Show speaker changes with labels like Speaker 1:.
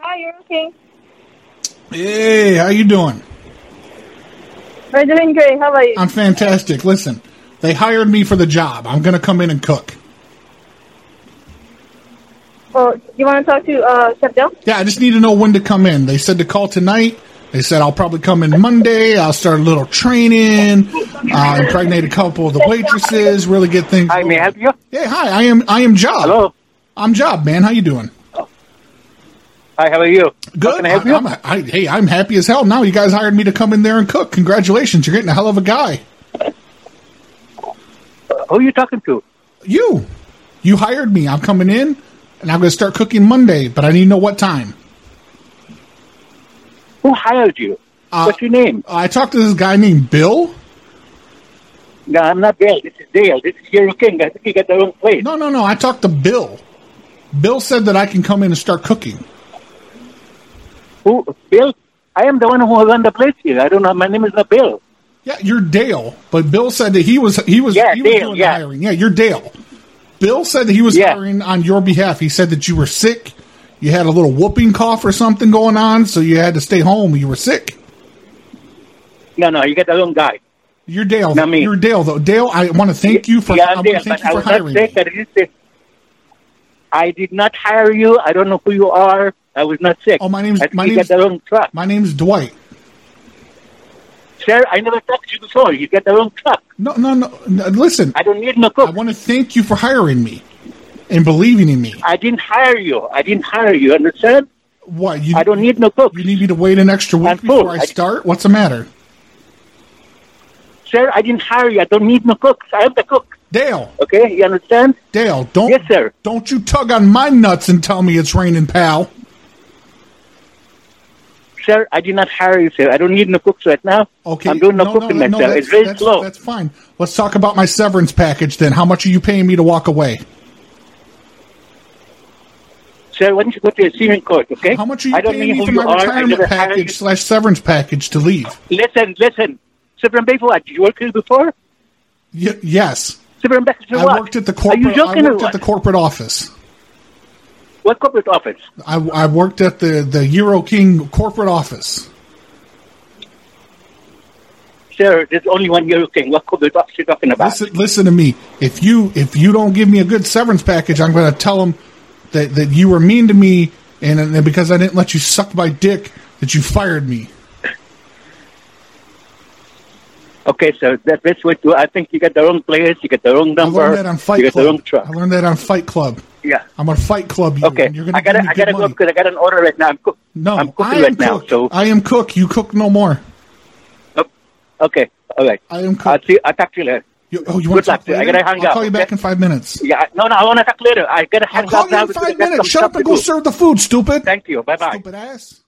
Speaker 1: Hi, you're okay.
Speaker 2: Hey, how you doing?
Speaker 1: We're doing great. How about you?
Speaker 2: I'm fantastic. Listen, they hired me for the job. I'm going to come in and cook.
Speaker 1: Well, Oh, you want to talk to uh, Chef Del?
Speaker 2: Yeah, I just need to know when to come in. They said to call tonight. They said I'll probably come in Monday. I'll start a little training, uh, impregnate a couple of the waitresses, really get things.
Speaker 3: Hi, may I help you?
Speaker 2: Hey, hi. I am I am Job.
Speaker 3: Hello.
Speaker 2: I'm Job, man. How you doing?
Speaker 3: Hi, how are you?
Speaker 2: Good.
Speaker 3: How can I help you?
Speaker 2: I'm, I, hey, I'm happy as hell now. You guys hired me to come in there and cook. Congratulations. You're getting a hell of a guy.
Speaker 3: Who are you talking to?
Speaker 2: You. You hired me. I'm coming in and I'm going to start cooking Monday, but I need to know what time.
Speaker 3: Who hired you?
Speaker 2: Ah.
Speaker 3: What's your name?
Speaker 2: Uh, I talked to this guy named Bill.
Speaker 3: No, I'm not Dale. This is Dale. This is Hero King. I think you got the wrong place.
Speaker 2: No, no, no. I talked to Bill. Bill said that I can come in and start cooking.
Speaker 3: Who? Bill? I am the one who run the place here. I don't know. My name is not Bill.
Speaker 2: Yeah, you're Dale, but Bill said that he was he was
Speaker 3: Yeah,
Speaker 2: he was
Speaker 3: Dale,
Speaker 2: doing
Speaker 3: yeah.
Speaker 2: the hiring. Yeah, you're Dale. Bill said that he was
Speaker 3: Yeah.
Speaker 2: hiring on your behalf. He said that you were sick. You had a little whooping cough or something going on, so you had to stay home. You were sick.
Speaker 3: No, no, you got the wrong guy.
Speaker 2: You're Dale.
Speaker 3: Not me.
Speaker 2: You're Dale, though. Dale, I want to thank you for.
Speaker 3: yeah,
Speaker 2: I
Speaker 3: I'm
Speaker 2: want to
Speaker 3: Dale,
Speaker 2: thank
Speaker 3: but
Speaker 2: you
Speaker 3: I
Speaker 2: for
Speaker 3: was not
Speaker 2: hiring me.
Speaker 3: sick. I didn't say. I did not hire you. I don't know who you are. I was not sick.
Speaker 2: Oh, my name's-
Speaker 3: I think
Speaker 2: my
Speaker 3: you
Speaker 2: name's-
Speaker 3: got the wrong truck,
Speaker 2: My name's Dwight.
Speaker 3: sir. I never talked to you before. You got the wrong truck.
Speaker 2: No, no, no. no listen,
Speaker 3: I don't need no
Speaker 2: I
Speaker 3: cook.
Speaker 2: want to thank you for hiring me and believing in me.
Speaker 3: I didn't hire you. I didn't hire you. Understand?
Speaker 2: What you?
Speaker 3: I don't need no cook,
Speaker 2: You need me to wait an extra week
Speaker 3: I'm full.
Speaker 2: before I
Speaker 3: I-
Speaker 2: start? What's the matter,
Speaker 3: sir. I didn't hire you. I don't need no cooks. I am the cook.
Speaker 2: Dale?
Speaker 3: Okay, you understand?
Speaker 2: Dale, don't
Speaker 3: Yes, sir.
Speaker 2: don't you tug on my nuts and tell me it's raining, pal.
Speaker 3: Sir, I did not hire you, sir. I don't need no cooks right now.
Speaker 2: Okay,
Speaker 3: I'm doing no,
Speaker 2: no,
Speaker 3: cooking
Speaker 2: no, no,
Speaker 3: myself.
Speaker 2: that's-
Speaker 3: it's very
Speaker 2: that's-
Speaker 3: slow.
Speaker 2: That's fine. Let's talk about my severance package then. How much are you paying me to walk away?
Speaker 3: Sir, why don't you go to the Syrian court, okay?
Speaker 2: How much are you
Speaker 3: I don't
Speaker 2: paying
Speaker 3: need
Speaker 2: me
Speaker 3: who
Speaker 2: for
Speaker 3: you
Speaker 2: my
Speaker 3: are. I
Speaker 2: retirement
Speaker 3: never hired
Speaker 2: package slash severance package to leave?
Speaker 3: you. Listen, listen. Sibram Bay for what? Did you work here before?
Speaker 2: Y- yes,
Speaker 3: Sibram Bay for
Speaker 2: I
Speaker 3: what?
Speaker 2: worked at the
Speaker 3: Are you
Speaker 2: corporate. I
Speaker 3: joking or
Speaker 2: worked at
Speaker 3: what?
Speaker 2: the corporate office.
Speaker 3: what corporate office?
Speaker 2: I, I worked at the the Euro King corporate office.
Speaker 3: Sir, there's only one year thing. What corporate office you talking about?
Speaker 2: Listen, listen to me. If you if you don't give me a good severance package, I'm going to tell them that, that you were mean to me and, and because I didn't let you suck my dick that you fired me.
Speaker 3: Okay, sir, that, that's what you, I think you got the wrong players, you got the wrong
Speaker 2: I
Speaker 3: number,
Speaker 2: learned that on Fight
Speaker 3: you got
Speaker 2: Club.
Speaker 3: the wrong truck.
Speaker 2: I learned that on Fight Club.
Speaker 3: Yeah.
Speaker 2: I'm gonna Fight Club you.
Speaker 3: Okay,
Speaker 2: and you're gonna
Speaker 3: I gotta,
Speaker 2: give me
Speaker 3: I
Speaker 2: good
Speaker 3: gotta go
Speaker 2: money.
Speaker 3: because I got an order right now. I'm, cook,
Speaker 2: No,
Speaker 3: I'm
Speaker 2: I
Speaker 3: cooking
Speaker 2: am
Speaker 3: right
Speaker 2: cook.
Speaker 3: now, so
Speaker 2: I am cook. You cook no more.
Speaker 3: oh, Okay. All right.
Speaker 2: I am cooked.
Speaker 3: I'll, see, I'll talk to you later.
Speaker 2: You, oh, you want
Speaker 3: Good
Speaker 2: to
Speaker 3: luck,
Speaker 2: talk
Speaker 3: dude. I
Speaker 2: later?
Speaker 3: gotta hang
Speaker 2: I'll
Speaker 3: up,
Speaker 2: call you back
Speaker 3: okay?
Speaker 2: in five minutes.
Speaker 3: Yeah. I- No, no. I want to talk later. I gotta
Speaker 2: I'll
Speaker 3: hang
Speaker 2: call
Speaker 3: up
Speaker 2: you
Speaker 3: now
Speaker 2: in
Speaker 3: because I
Speaker 2: five
Speaker 3: got
Speaker 2: minutes.
Speaker 3: some
Speaker 2: Shut up
Speaker 3: stuff
Speaker 2: and
Speaker 3: to
Speaker 2: go
Speaker 3: do.
Speaker 2: serve the food, stupid.
Speaker 3: Thank you. Bye bye.
Speaker 2: Stupid ass.